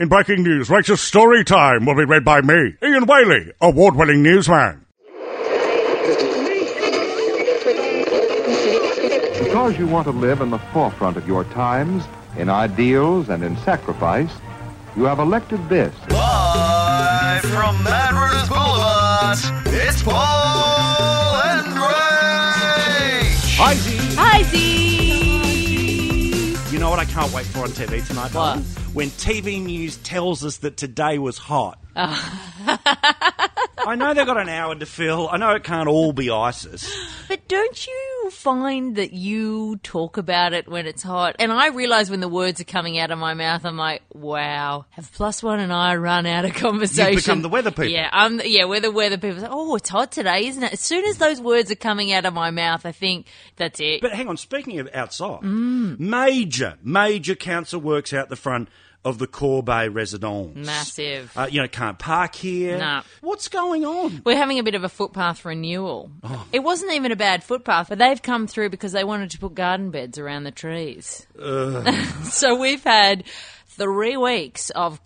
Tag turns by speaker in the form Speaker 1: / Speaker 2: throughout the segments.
Speaker 1: In breaking news, Rachel's story time will be read by me, Ian Whaley, award-winning newsman.
Speaker 2: Because you want to live in the forefront of your times, in ideals and in sacrifice, you have elected this.
Speaker 3: Live from Mad Runners Boulevard, it's Paul and Ray.
Speaker 4: Hi, Z.
Speaker 5: Hi, Z.
Speaker 4: You know what I can't wait for on TV tonight, darling? When TV news tells us that today was hot. I know they've got an hour to fill. I know it can't all be ISIS.
Speaker 5: But don't you find that you talk about it when it's hot? And I realize when the words are coming out of my mouth, I'm like, wow, have plus one and I run out of conversation?
Speaker 4: become the weather people.
Speaker 5: Yeah, I'm. The, yeah, we're the weather people. It's like, oh, it's hot today, isn't it? As soon as those words are coming out of my mouth, I think that's it.
Speaker 4: But hang on, speaking of outside,
Speaker 5: Mm.
Speaker 4: major, major council works out the front of the Corbet Residence.
Speaker 5: Massive.
Speaker 4: Uh, you know, can't park here.
Speaker 5: Nah.
Speaker 4: What's going on?
Speaker 5: We're having a bit of a footpath renewal.
Speaker 4: Oh.
Speaker 5: It wasn't even a bad footpath, but they've come through because they wanted to put garden beds around the trees. so we've had three weeks of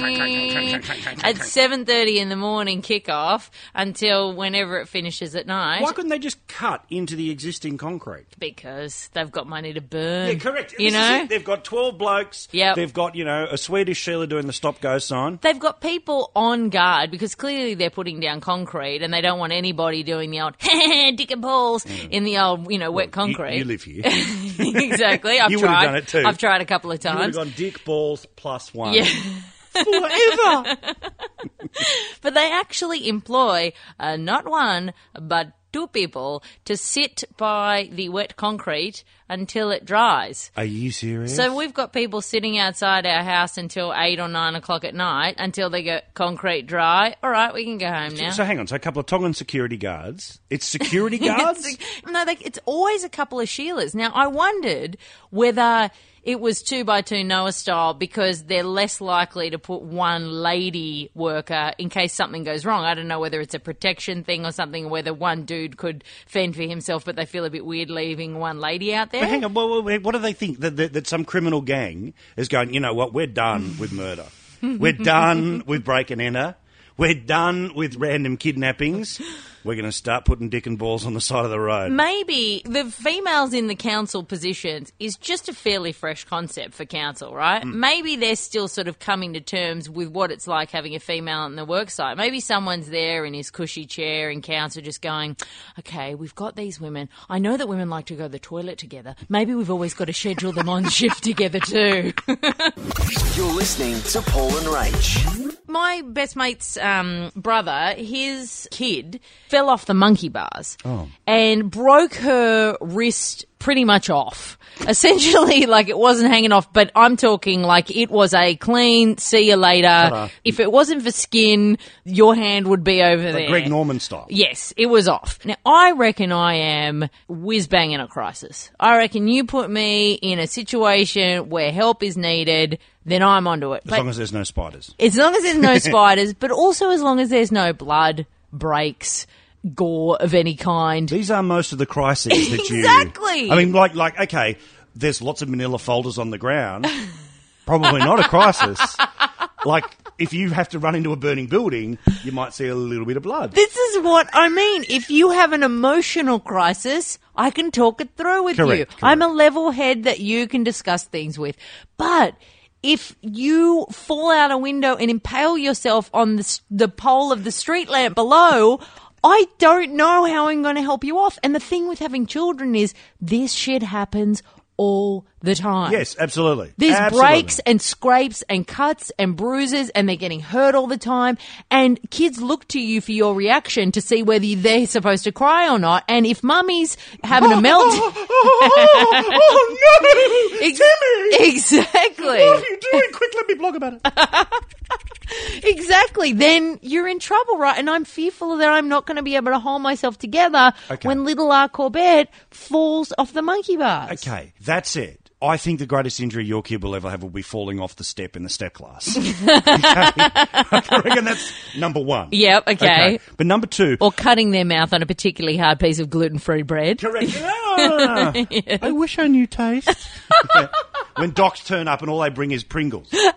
Speaker 5: at 7.30 in the morning kickoff until whenever it finishes at night
Speaker 4: Why couldn't they just cut into the existing concrete?
Speaker 5: because they've got money to burn
Speaker 4: Yeah, correct.
Speaker 5: Mm. you
Speaker 4: This is
Speaker 5: know
Speaker 4: it. they've got twelve blokes.
Speaker 5: Yep.
Speaker 4: they've got you know a Swedish Sheila doing the stop go sign.
Speaker 5: They've got people on guard because clearly they're putting down concrete and they don't want anybody doing the old dick and balls in the old, you know, wet
Speaker 4: Mm. You-
Speaker 5: concrete.
Speaker 4: You, live here. you
Speaker 5: exactly. I've
Speaker 4: You would've
Speaker 5: tried.
Speaker 4: done it too.
Speaker 5: I've tried a couple of
Speaker 4: would have
Speaker 5: times.
Speaker 4: gone dick balls plus one.
Speaker 5: Yeah.
Speaker 4: Forever.
Speaker 5: But they actually employ uh, not one, but two people to sit by the wet concrete until it dries.
Speaker 4: Are you serious?
Speaker 5: So we've got people sitting outside our house until eight or nine o'clock at night until they get concrete dry. All right, we can go home now.
Speaker 4: So hang on. So a couple of Tongan security guards. It's security guards.
Speaker 5: No, they, it's always a couple of Sheilas. Now, I wondered whether it was two by two Noah style because they're less likely to put one lady worker in case something goes wrong. I don't know whether it's a protection thing or something, whether one dude could fend for himself, but they feel a bit weird leaving one lady out there.
Speaker 4: But hang on. Well, well, what do they think that, that that some criminal gang is going? You know what? We're done with murder. We're done with break and enter. We're done with random kidnappings. We're going to start putting dick and balls on the side of the road.
Speaker 5: Maybe the females in the council positions is just a fairly fresh concept for council, right? Maybe they're still sort of coming to terms with what it's like having a female in the worksite. Maybe someone's there in his cushy chair in council just going, okay, we've got these women. I know that women like to go to the toilet together. Maybe we've always got to schedule them on shift together too.
Speaker 3: You're listening to Paul and Rach.
Speaker 5: my best mate's um, brother, his kid fell off the monkey bars
Speaker 4: Oh.
Speaker 5: and broke her wrist pretty much off. Essentially, like it wasn't hanging off, but I'm talking like it was a clean, see you later. If it wasn't for skin, your hand would be over there.
Speaker 4: Greg Norman style.
Speaker 5: Yes, it was off. Now, I reckon I am whiz bang in a crisis. I reckon you put me in a situation where help is needed, then I'm onto it.
Speaker 4: As long as there's no spiders.
Speaker 5: As long as there's no spiders, but also as long as there's no blood, breaks, gore of any kind.
Speaker 4: These are most of the crises that you
Speaker 5: Exactly.
Speaker 4: I mean, like, like okay, there's lots of Manila folders on the ground. Probably not a crisis. like if you have to run into a burning building, you might see a little bit of blood.
Speaker 5: This is what I mean. If you have an emotional crisis, I can talk it through with
Speaker 4: Correct,
Speaker 5: you.
Speaker 4: correct.
Speaker 5: I'm a level head that you can discuss things with. But if you fall out a window and impale yourself on the, s- the pole of the street lamp below, I don't know how I'm going to help you off. And the thing with having children is this shit happens all the time.
Speaker 4: Yes, absolutely.
Speaker 5: There's
Speaker 4: Absolutely.
Speaker 5: breaks and scrapes and cuts and bruises, and they're getting hurt all the time. And kids look to you for your reaction to see whether they're supposed to cry or not. And if mummy's having a meltdown,
Speaker 4: Oh, oh, oh, oh, no! Timmy! What
Speaker 5: exactly,
Speaker 4: are you doing? Quick, let me blog about it.
Speaker 5: exactly, then you're in trouble, right? And I'm fearful that I'm not going to be able to hold myself together
Speaker 4: Okay.
Speaker 5: when little R Corbett falls off the monkey bars.
Speaker 4: Okay, that's it. I think the greatest injury your kid will ever have will be falling off the step in the step class. okay? I reckon that's number one.
Speaker 5: Yep, okay.
Speaker 4: But number two,
Speaker 5: Or cutting their mouth on a particularly hard piece of gluten free bread.
Speaker 4: Correct. Ah, I wish I knew taste. Yeah. When docs turn up and all they bring is Pringles.
Speaker 3: Follow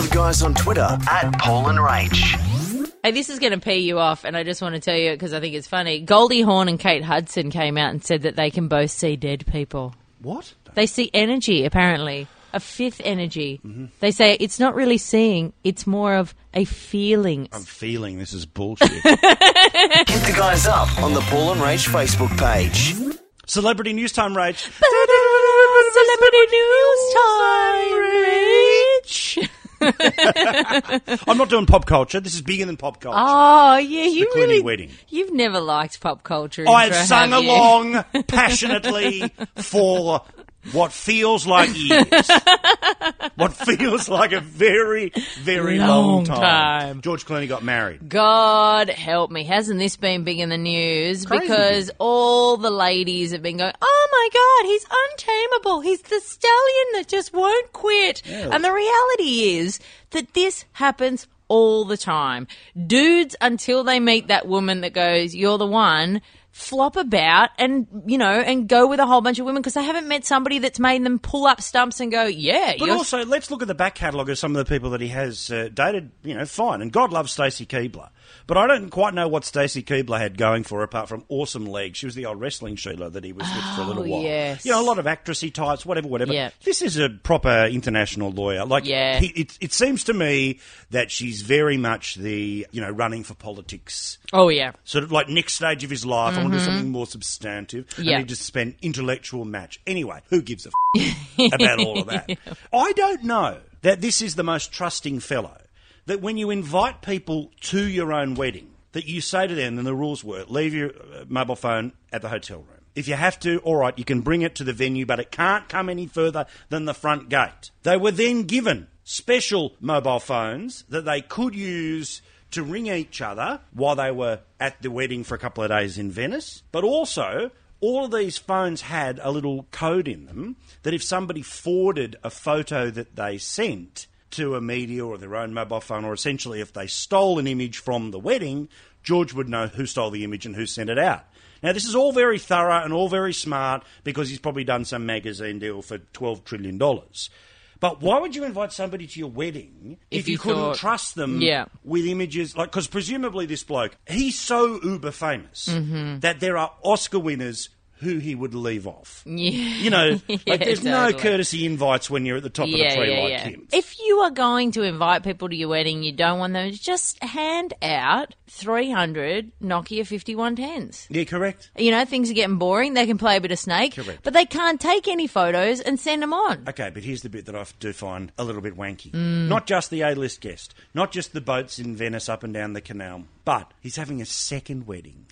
Speaker 3: the guys on Twitter at Paul and Rach.
Speaker 5: Hey, this is going to pee you off, and I just want to tell you because I think it's funny. Goldie Hawn and Kate Hudson came out and said that they can both see dead people.
Speaker 4: What?
Speaker 5: They see energy, apparently, a fifth energy. They say it's not really seeing, it's more of a feeling.
Speaker 4: I'm feeling this is bullshit.
Speaker 3: Hit the guys up on the Paul and Rach Facebook page.
Speaker 4: Celebrity news time rage.
Speaker 5: Celebrity news time, Rach.
Speaker 4: I'm not doing pop culture. This is bigger than pop culture.
Speaker 5: Oh, yeah, you
Speaker 4: Clooney
Speaker 5: really.
Speaker 4: wedding.
Speaker 5: You've never liked pop culture.
Speaker 4: I've
Speaker 5: intro, have
Speaker 4: sung
Speaker 5: you?
Speaker 4: along passionately for what feels like years. what feels like a very, very long,
Speaker 5: Long time.
Speaker 4: George Clooney got married.
Speaker 5: God help me. Hasn't this been big in the news?
Speaker 4: Crazy.
Speaker 5: Because all the ladies have been going, oh my God, he's untamable. He's the stallion that just won't quit. And the reality is that this happens all the time. Dudes, until they meet that woman that goes, you're the one, flop about and, you know, and go with a whole bunch of women because they haven't met somebody that's made them pull up stumps and go, yeah,
Speaker 4: But
Speaker 5: you're
Speaker 4: also, let's look at the back catalogue of some of the people that he has uh, dated. You know, fine, and God loves Stacey Keebler, but I don't quite know what Stacey Keebler had going for her apart from awesome legs. She was the old wrestling Sheila that he was with for a little
Speaker 5: Oh,
Speaker 4: while.
Speaker 5: yes.
Speaker 4: You know, a lot of actressy types, whatever, whatever.
Speaker 5: Yeah.
Speaker 4: This is a proper international lawyer. Like,
Speaker 5: Yeah.
Speaker 4: he, it, it seems to me that she's very much the you know running for politics.
Speaker 5: oh yeah.
Speaker 4: Sort of like next stage of his life, I want to do something more substantive.
Speaker 5: Mm-hmm. Yeah.
Speaker 4: And he just spent intellectual match. Anyway, who gives a f- about all of that? I don't know that this is the most trusting fellow. That when you invite people to your own wedding, that you say to them, and the rules were, leave your uh, mobile phone at the hotel room. If you have to, all right, you can bring it to the venue, but it can't come any further than the front gate. They were then given special mobile phones that they could use to ring each other while they were at the wedding for a couple of days in Venice, but also all of these phones had a little code in them that if somebody forwarded a photo that they sent to a media or their own mobile phone, or essentially if they stole an image from the wedding, George would know who stole the image and who sent it out. Now, this is all very thorough and all very smart because he's probably done some magazine deal for $12 trillion. But why would you invite somebody to your wedding if,
Speaker 5: If
Speaker 4: you,
Speaker 5: you
Speaker 4: couldn't
Speaker 5: thought-
Speaker 4: trust them
Speaker 5: Yeah.
Speaker 4: with images like because presumably this bloke he's so uber famous
Speaker 5: Mm-hmm.
Speaker 4: that there are oscar winners who he would leave off you know like
Speaker 5: Yeah,
Speaker 4: there's no
Speaker 5: totally.
Speaker 4: courtesy invites when you're at the top of the tree like him
Speaker 5: If you are going to invite people to your wedding, you don't want them to just hand out 300 Nokia 5110s.
Speaker 4: yeah correct
Speaker 5: You know, things are getting boring. They can play a bit of Snake,
Speaker 4: Correct.
Speaker 5: but they can't take any photos and send them on.
Speaker 4: Okay, but here's the bit that I do find a little bit wanky.
Speaker 5: Mm.
Speaker 4: Not just the A-list guest, not just the boats in Venice up and down the canal, but he's having a second wedding.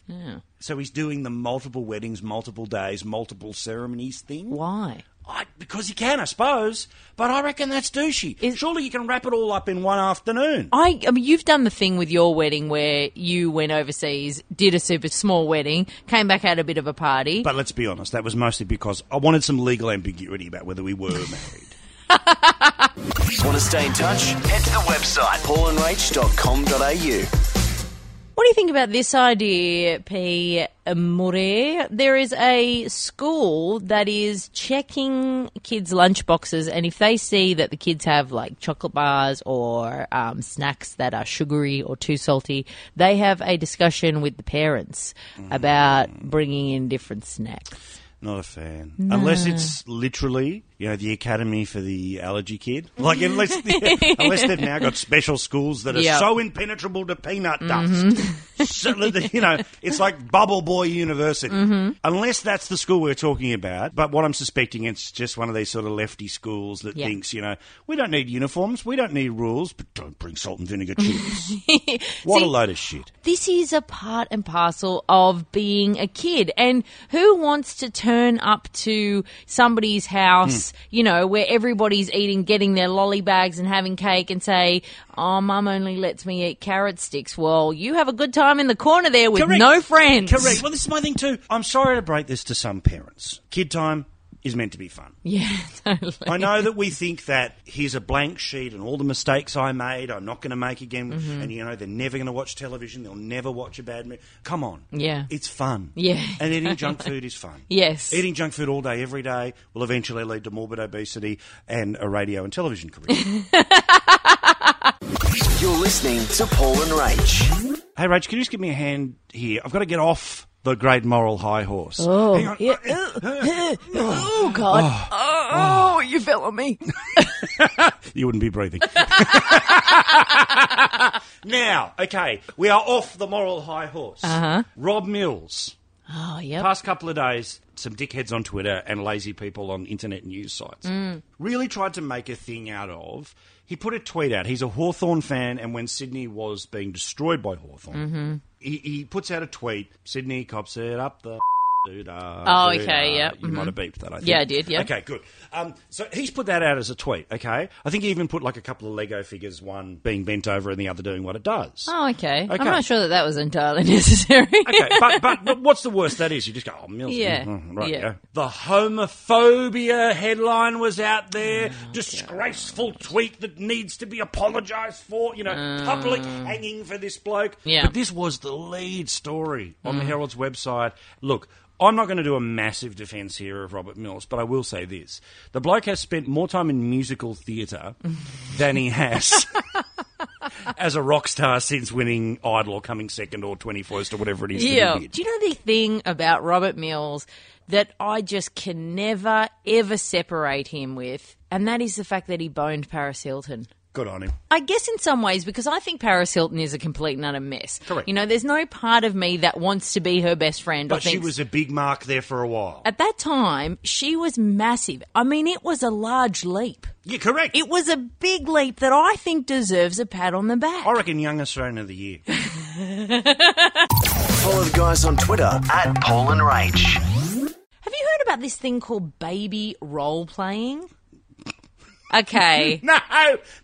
Speaker 4: So he's doing the multiple weddings, multiple days, multiple ceremonies thing.
Speaker 5: Why?
Speaker 4: I, because he can, I suppose. But I reckon that's douchey.
Speaker 5: Is-
Speaker 4: Surely you can wrap it all up in one afternoon.
Speaker 5: I, I mean, you've done the thing with your wedding where you went overseas, did a super small wedding, came back, had a bit of a party.
Speaker 4: But let's be honest, that was mostly because I wanted some legal ambiguity about whether we were married.
Speaker 3: Want to stay in touch? Head to the website paulandrach.com.au.
Speaker 5: What do you think about this idea, P. Mure? There is a school that is checking kids' lunchboxes, and if they see that the kids have like chocolate bars or um, snacks that are sugary or too salty, they have a discussion with the parents about bringing in different snacks.
Speaker 4: Not a fan. Unless it's literally, you know, the academy for the allergy kid. Like, unless, unless they've now got special schools that are
Speaker 5: Yeah.
Speaker 4: so impenetrable to peanut dust. So that, you know, it's like Bubble Boy University. Unless that's the school we're talking about. But what I'm suspecting, it's just one of these sort of lefty schools that
Speaker 5: Yeah.
Speaker 4: thinks, you know, we don't need uniforms, we don't need rules, but don't bring salt and vinegar chips. what a load of shit.
Speaker 5: This is a part and parcel of being a kid, and who wants to turn up to somebody's house?
Speaker 4: Hmm.
Speaker 5: place, you know, where everybody's eating, getting their lolly bags and having cake and say, oh, mum only lets me eat carrot sticks. Well, you have a good time in the corner there with
Speaker 4: Correct.
Speaker 5: no friends.
Speaker 4: Correct. Well, this is my thing too. I'm sorry to break this to some parents. Kid time is meant to be fun.
Speaker 5: Yeah, totally.
Speaker 4: I know that we think that here's a blank sheet and all the mistakes I made, I'm not going to make again.
Speaker 5: Mm-hmm.
Speaker 4: And you know, they're never going to watch television. They'll never watch a bad movie. Come on.
Speaker 5: Yeah.
Speaker 4: It's fun.
Speaker 5: Yeah.
Speaker 4: And eating junk food is fun.
Speaker 5: Yes.
Speaker 4: Eating junk food all day, every day will eventually lead to morbid obesity and a radio and television career.
Speaker 3: You're listening to Paul and Rach.
Speaker 4: Hey, Rach, can you just give me a hand here? I've got to get off the great moral high horse.
Speaker 5: Oh,
Speaker 4: Hang on.
Speaker 5: yeah. oh, oh, God. Oh, oh, you fell on me.
Speaker 4: You wouldn't be breathing. now, okay, we are off the moral high horse. Uh-huh. Rob Mills.
Speaker 5: Oh, yep.
Speaker 4: Past couple of days, some dickheads on Twitter and lazy people on internet news sites
Speaker 5: Mm.
Speaker 4: really tried to make a thing out of. He put a tweet out. He's a Hawthorn fan, and when Sydney was being destroyed by Hawthorn,
Speaker 5: Mm-hmm.
Speaker 4: he, he puts out a tweet Sydney cops it up the.
Speaker 5: Oh,
Speaker 4: Oh,
Speaker 5: okay, yeah,
Speaker 4: You might have beeped that, I think.
Speaker 5: Yeah, I did, yeah.
Speaker 4: Okay, good. Um, so he's put that out as a tweet, okay? I think he even put like a couple of Lego figures, one being bent over and the other doing what it does.
Speaker 5: Oh, okay.
Speaker 4: Okay.
Speaker 5: I'm not sure that that was entirely necessary.
Speaker 4: okay, but, but but what's the worst that is? You just go, oh, Mills.
Speaker 5: Yeah,
Speaker 4: mm, right,
Speaker 5: yeah.
Speaker 4: yeah. The homophobia headline was out there.
Speaker 5: Oh,
Speaker 4: Disgraceful tweet that needs to be apologised for. You know, public hanging for this bloke.
Speaker 5: Uh. Yeah. Mm.
Speaker 4: But this was the lead story on the Herald's website. Look. I'm not going to do a massive defence here of Robert Mills, but I will say this. The bloke has spent more time in musical theatre than he has as a rock star since winning Idol or coming second or 21st or whatever it is
Speaker 5: yeah.
Speaker 4: that he did.
Speaker 5: Do you know the thing about Robert Mills that I just can never, ever separate him with? And that is the fact that he boned Paris Hilton.
Speaker 4: Good on him.
Speaker 5: I guess in some ways, because I think Paris Hilton is a complete and utter mess.
Speaker 4: Correct.
Speaker 5: You know, there's no part of me that wants to be her best friend. or
Speaker 4: But she
Speaker 5: thinks-
Speaker 4: was a big mark there for a while.
Speaker 5: at that time, she was massive. I mean, it was a large leap.
Speaker 4: Yeah, correct.
Speaker 5: It was a big leap that I think deserves a pat on the back.
Speaker 4: I reckon Young Australian of the Year.
Speaker 3: Follow the guys on Twitter at Paul and Rach.
Speaker 5: Have you heard about this thing called baby role playing? Okay.
Speaker 4: no,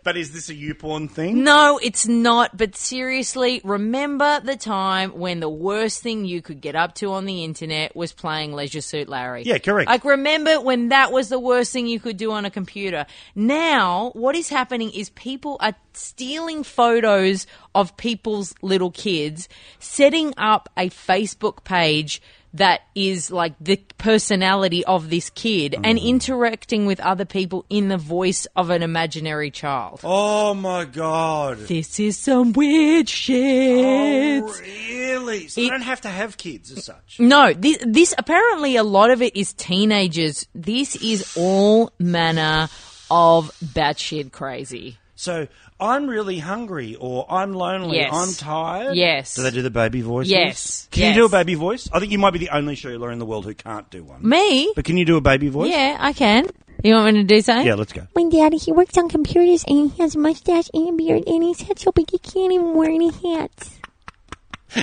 Speaker 4: but is this a you porn thing?
Speaker 5: No, it's not, but seriously, remember the time when the worst thing you could get up to on the internet was playing Leisure Suit Larry?
Speaker 4: Yeah, correct.
Speaker 5: Like, remember when that was the worst thing you could do on a computer? Now, what is happening is people are stealing photos of people's little kids, setting up a Facebook page that is like the personality of this kid and
Speaker 4: Mm-hmm.
Speaker 5: interacting with other people in the voice of an imaginary child.
Speaker 4: Oh my god.
Speaker 5: This is some weird shit.
Speaker 4: Oh, really? So you don't have to have kids as such.
Speaker 5: No, this, this apparently a lot of it is teenagers. This is all manner of batshit crazy.
Speaker 4: So I'm really hungry or I'm lonely,
Speaker 5: Yes.
Speaker 4: I'm tired.
Speaker 5: Yes.
Speaker 4: Do they do the baby voices?
Speaker 5: Yes.
Speaker 4: Can
Speaker 5: Yes.
Speaker 4: you do a baby voice? I think you might be the only Sheila in the world who can't do one.
Speaker 5: Me?
Speaker 4: But can you do a baby voice?
Speaker 5: Yeah, I can. You want me to do something?
Speaker 4: Yeah, let's go.
Speaker 6: My dad, he works on computers and he has a mustache and a beard and he's head so big he can't even wear any hats.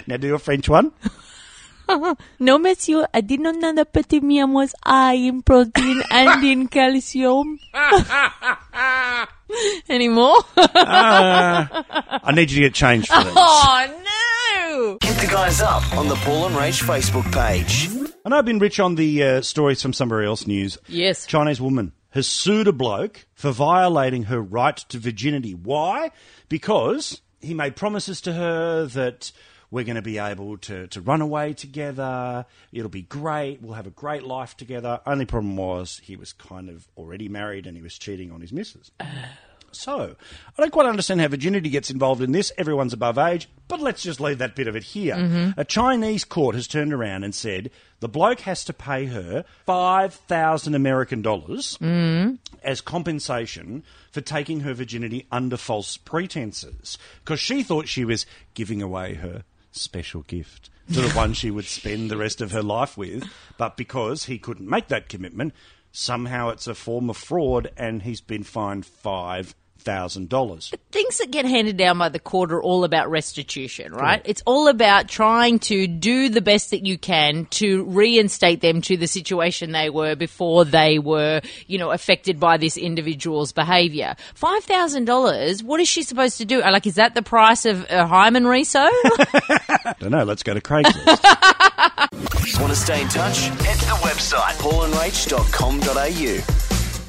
Speaker 4: Now do a French one.
Speaker 6: No, monsieur, I did not know that potassium was high in protein and in calcium.
Speaker 5: Anymore?
Speaker 4: I need you to get changed for these.
Speaker 5: oh, no!
Speaker 3: Hit the guys up on the Paul and Rach Facebook page.
Speaker 4: I know I've been rich on the uh, stories from somewhere else news.
Speaker 5: Yes.
Speaker 4: Chinese woman has sued a bloke for violating her right to virginity. Why? Because he made promises to her that we're going to be able to, to run away together. It'll be great. We'll have a great life together. Only problem was he was kind of already married and he was cheating on his missus. So, I don't quite understand how virginity gets involved in this. Everyone's above age, but let's just leave that bit of it here. A Chinese court has turned around and said the bloke has to pay her 5,000 American dollars as compensation for taking her virginity under false pretenses because she thought she was giving away her special gift to the one she would spend the rest of her life with. But because he couldn't make that commitment, somehow it's a form of fraud and he's been fined $5,000. $100,000.
Speaker 5: Things that get handed down by the court are all about restitution, right? It's all about trying to do the best that you can to reinstate them to the situation they were before they were, you know, affected by this individual's behavior. $5,000, what is she supposed to do? Uh, Like, is that the price of uh, a hymen reso?
Speaker 4: Don't know. Let's go to Craigslist.
Speaker 3: Want to stay in touch? Head to the website paulandrach.com.au.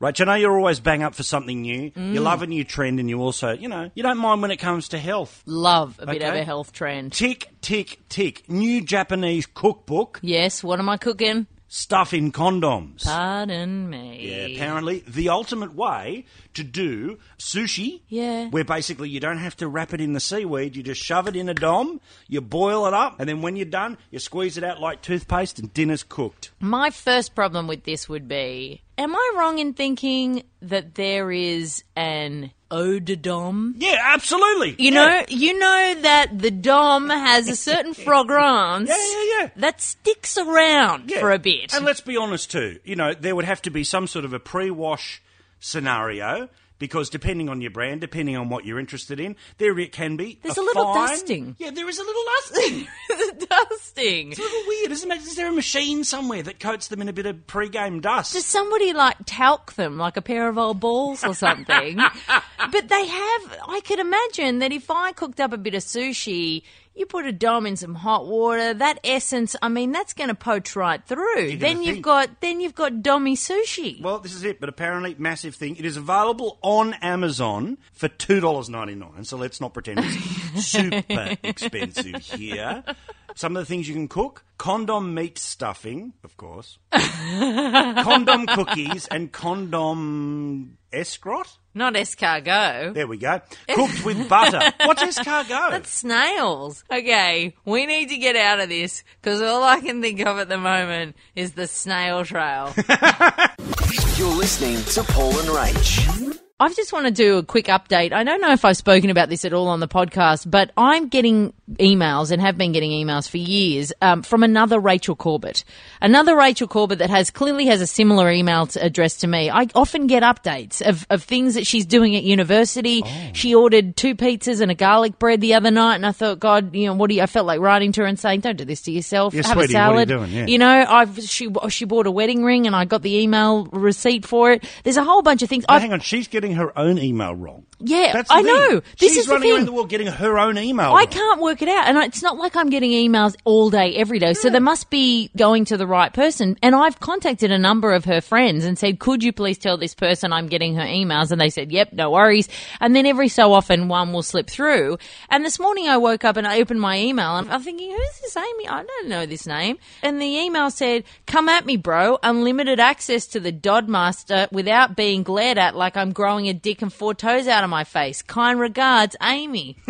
Speaker 4: right, you know you're always bang up for something new. You love a new trend and you also, you know, you don't mind when it comes to health.
Speaker 5: Love a bit of
Speaker 4: Okay.
Speaker 5: a health trend.
Speaker 4: Tick, tick, tick. New Japanese cookbook,
Speaker 5: Yes, what am I cooking?
Speaker 4: stuff in condoms.
Speaker 5: Pardon me.
Speaker 4: Yeah, apparently the ultimate way to do sushi.
Speaker 5: Yeah.
Speaker 4: Where basically you don't have to wrap it in the seaweed, you just shove it in a dom, you boil it up, and then when you're done, you squeeze it out like toothpaste and dinner's cooked.
Speaker 5: My first problem with this would be Am I wrong in thinking that there is an odidom?
Speaker 4: Yeah, absolutely.
Speaker 5: You know, you know that the dom has a certain fragrance
Speaker 4: Yeah, yeah, yeah.
Speaker 5: that sticks around
Speaker 4: Yeah.
Speaker 5: for a bit.
Speaker 4: And let's be honest too, you know, there would have to be some sort of a pre-wash scenario because depending on your brand, depending on what you're interested in, there it can be.
Speaker 5: There's a little
Speaker 4: fine-
Speaker 5: dusting.
Speaker 4: Yeah, there is a little dusting.
Speaker 5: the dusting.
Speaker 4: It's a little weird, isn't it? Is there a machine somewhere that coats them in a bit of pre-game dust?
Speaker 5: Does somebody like talc them like a pair of old balls or something? but they have. I could imagine that if I cooked up a bit of sushi, you put a dom in some hot water. That essence, I mean, that's going to poach right through. then you've
Speaker 4: think.
Speaker 5: got then you've got dommy sushi.
Speaker 4: Well, this is it, but apparently massive thing. It is available on Amazon for two dollars ninety nine. So let's not pretend it's super expensive here. Some of the things you can cook: condom meat stuffing, of course, condom cookies, and condom escrot.
Speaker 5: Not escargot.
Speaker 4: There we go. Cooked with butter. What's escargot?
Speaker 5: Snails. Okay, we need to get out of this because all I can think of at the moment is the snail trail.
Speaker 3: You're listening to Paul and Rach.
Speaker 5: I just want to do a quick update. I don't know if I've spoken about this at all on the podcast, but I'm getting emails and have been getting emails for years um, from another Rachel Corbett, another Rachel Corbett that has clearly has a similar email to, address to me. I often get updates of, of things that she's doing at university.
Speaker 4: Oh.
Speaker 5: She ordered two pizzas and a garlic bread the other night, and I thought, God, you know, what do you? I felt like writing to her and saying, "Don't do this to yourself.
Speaker 4: Yeah,
Speaker 5: Have a
Speaker 4: sweetie, what are
Speaker 5: salad."
Speaker 4: you doing? Yeah.
Speaker 5: You know, I've she she bought a wedding ring, and I got the email receipt for it. There's a whole bunch of things.
Speaker 4: Now,
Speaker 5: I've-
Speaker 4: hang on, she's getting her own email wrong.
Speaker 5: Yeah,
Speaker 4: That's the
Speaker 5: I
Speaker 4: thing.
Speaker 5: know. This
Speaker 4: she's
Speaker 5: is the
Speaker 4: running
Speaker 5: thing.
Speaker 4: around the world getting her own email.
Speaker 5: I
Speaker 4: wrong.
Speaker 5: can't work it out, and I- it's not like I'm getting emails all day, every day. So they must be going to the right person. And I've contacted a number of her friends and said, "Could you please tell this person I'm getting her emails?" And they said, "Yep, no worries." And then every so often, one will slip through. And this morning, I woke up and I opened my email, and I'm thinking, "Who's this Amy? I don't know this name." And the email said, "Come at me, bro. Unlimited access to the Dodmaster without being glared at like I'm growing a dick and four toes out of my face. Kind regards, Amy."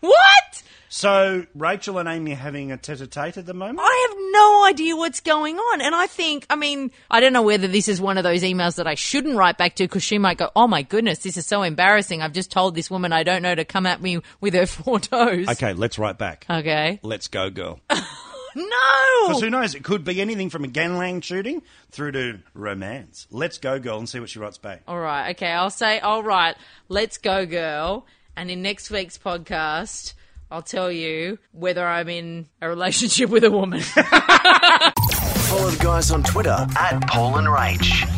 Speaker 5: What?
Speaker 4: So Rachel and Amy are having a tete-a-tete at the moment.
Speaker 5: I have no idea what's going on. And I think, I mean, I don't know whether this is one of those emails that I shouldn't write back to because she might go, oh my goodness, this is so embarrassing. I've just told this woman I don't know to come at me with her four toes.
Speaker 4: Okay, let's write back.
Speaker 5: Okay.
Speaker 4: Let's go, girl. Because
Speaker 5: No!
Speaker 4: Uh. who knows? It could be anything from a gangland shooting through to romance. Let's go, girl, and see what she writes back.
Speaker 5: All right. Okay. I'll say, all right, let's go, girl. And in next week's podcast, I'll tell you whether I'm in a relationship with a woman.
Speaker 3: Follow the guys on Twitter at Paul and Rach.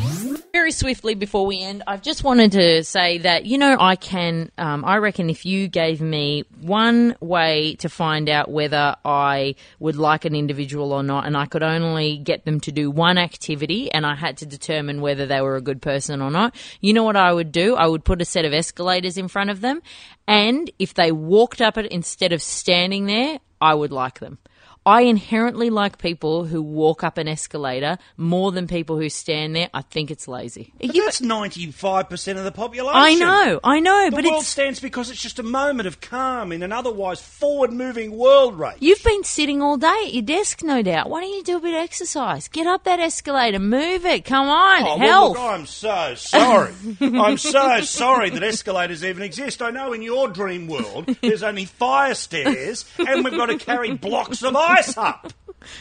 Speaker 5: Very swiftly before we end, I've just wanted to say that, you know, I can, um, I reckon if you gave me one way to find out whether I would like an individual or not, and I could only get them to do one activity and I had to determine whether they were a good person or not, you know what I would do? I would put a set of escalators in front of them, and if they walked up it instead of standing there, I would like them. I inherently like people who walk up an escalator more than people who stand there. I think it's lazy.
Speaker 4: But that's ninety-five percent of the population.
Speaker 5: I know, I know,
Speaker 4: The
Speaker 5: but
Speaker 4: world
Speaker 5: it's
Speaker 4: stands because it's just a moment of calm in an otherwise forward-moving world, Rach.
Speaker 5: you've been sitting all day at your desk, no doubt. Why don't you do a bit of exercise? Get up that escalator, move it. Come on,
Speaker 4: Oh, well,
Speaker 5: health.
Speaker 4: look, I'm so sorry. I'm so sorry that escalators even exist. I know in your dream world there's only fire stairs and we've got to carry blocks of ice up.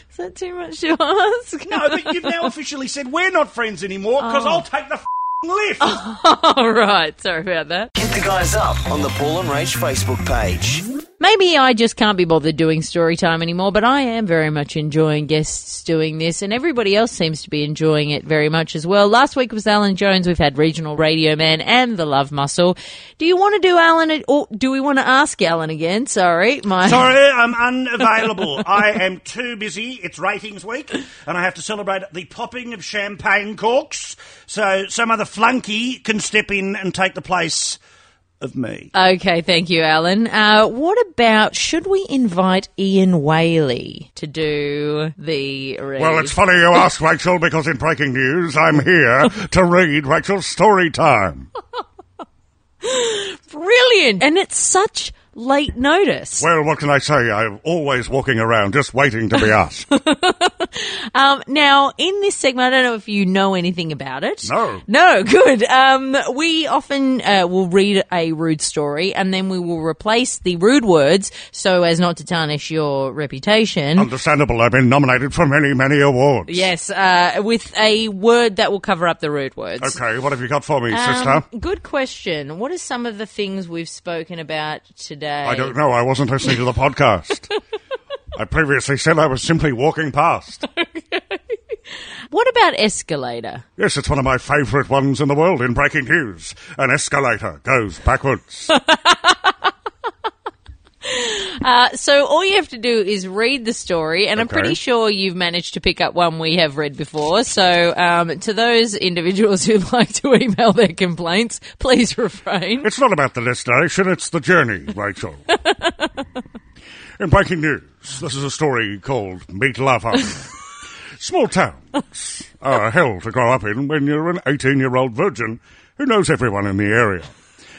Speaker 5: Is that too much to ask?
Speaker 4: No, but you've now officially said we're not friends anymore because I'll take the f- lift.
Speaker 5: All right, sorry about that.
Speaker 3: Hit the guys up on the Paul and Rach Facebook page.
Speaker 5: Maybe I just can't be bothered doing story time anymore, but I am very much enjoying guests doing this, and everybody else seems to be enjoying it very much as well. Last week was Alan Jones. We've had Regional Radio Man and the Love Muscle. Do you want to do Alan, or do we want to ask Alan again? Sorry, my.
Speaker 4: Sorry, I'm unavailable. I am too busy. It's ratings week, and I have to celebrate the popping of champagne corks. So some other flunky can step in and take the place of me.
Speaker 5: Okay, thank you, Alan. Uh, what about should we invite Ian Whaley to do the read?
Speaker 1: Well, it's funny you ask, Rachel, because in breaking news, I'm here to read Rachel's story time.
Speaker 5: brilliant, and it's such late notice.
Speaker 1: Well, what can I say? I'm always walking around just waiting to be asked.
Speaker 5: Um, now, in this segment, I don't know if you know anything about it.
Speaker 1: No.
Speaker 5: No, good. Um, we often uh, will read a rude story and then we will replace the rude words so as not to tarnish your reputation.
Speaker 1: Um, Understandable, I've been nominated for many, many awards.
Speaker 5: yes, uh, with a word that will cover up the rude words.
Speaker 1: Okay, what have you got for me,
Speaker 5: Um,
Speaker 1: sister?
Speaker 5: Good question. What are some of the things we've spoken about today?
Speaker 1: I don't know. I wasn't listening to the podcast. I previously said I was simply walking past.
Speaker 5: What about escalator?
Speaker 1: Yes, it's one of my favourite ones in the world in breaking news. An escalator goes backwards.
Speaker 5: Uh, so all you have to do is read the story, and I'm
Speaker 1: Okay.
Speaker 5: pretty sure you've managed to pick up one we have read before. So um, to those individuals who'd like to email their complaints, please refrain.
Speaker 1: It's not about the destination, it's the journey, Rachel. In breaking news, this is a story called Meat Lover. Small towns are a hell to grow up in when you're an 18 year old virgin who knows everyone in the area.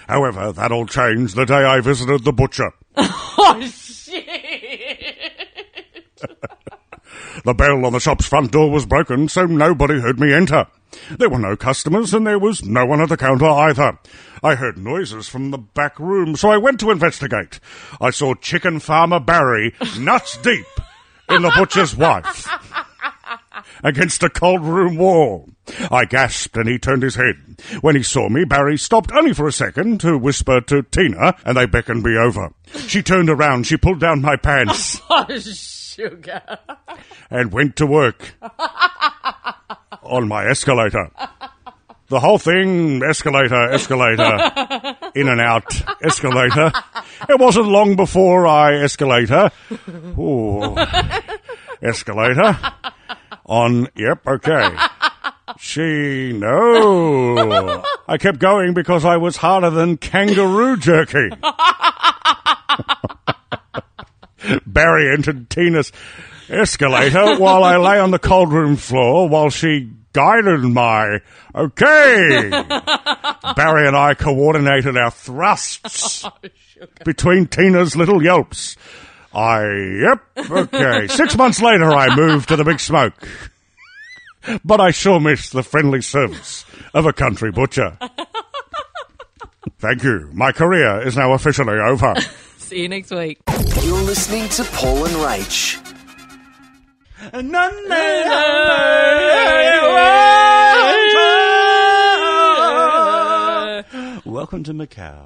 Speaker 1: However, that all changed the day I visited the butcher.
Speaker 5: Oh shit!
Speaker 1: The bell on the shop's front door was broken, so nobody heard me enter. There were no customers, and there was no one at the counter either. I heard noises from the back room, so I went to investigate. I saw chicken farmer Barry nuts deep in the butcher's wife against a cold room wall. I gasped and he turned his head. When he saw me, Barry stopped only for a second to whisper to Tina, and they beckoned me over. She turned around, she pulled down my pants
Speaker 5: Oh sugar!
Speaker 1: and went to work on my escalator. The whole thing escalator, escalator, in and out, escalator. It wasn't long before I escalator. Ooh, escalator. On, yep, okay. She, no. I kept going because I was harder than kangaroo jerky. Barry entered Tina's escalator while I lay on the cold room floor while she guided my okay. Barry and I coordinated our thrusts between Tina's little yelps. I yep okay. Six months later, I moved to the big smoke, but I sure missed the friendly service of a country butcher. Thank you. My career is now officially over.
Speaker 5: See you next week.
Speaker 3: You're listening to Paul and Rach.
Speaker 4: And none may ever enter. Welcome to Macau.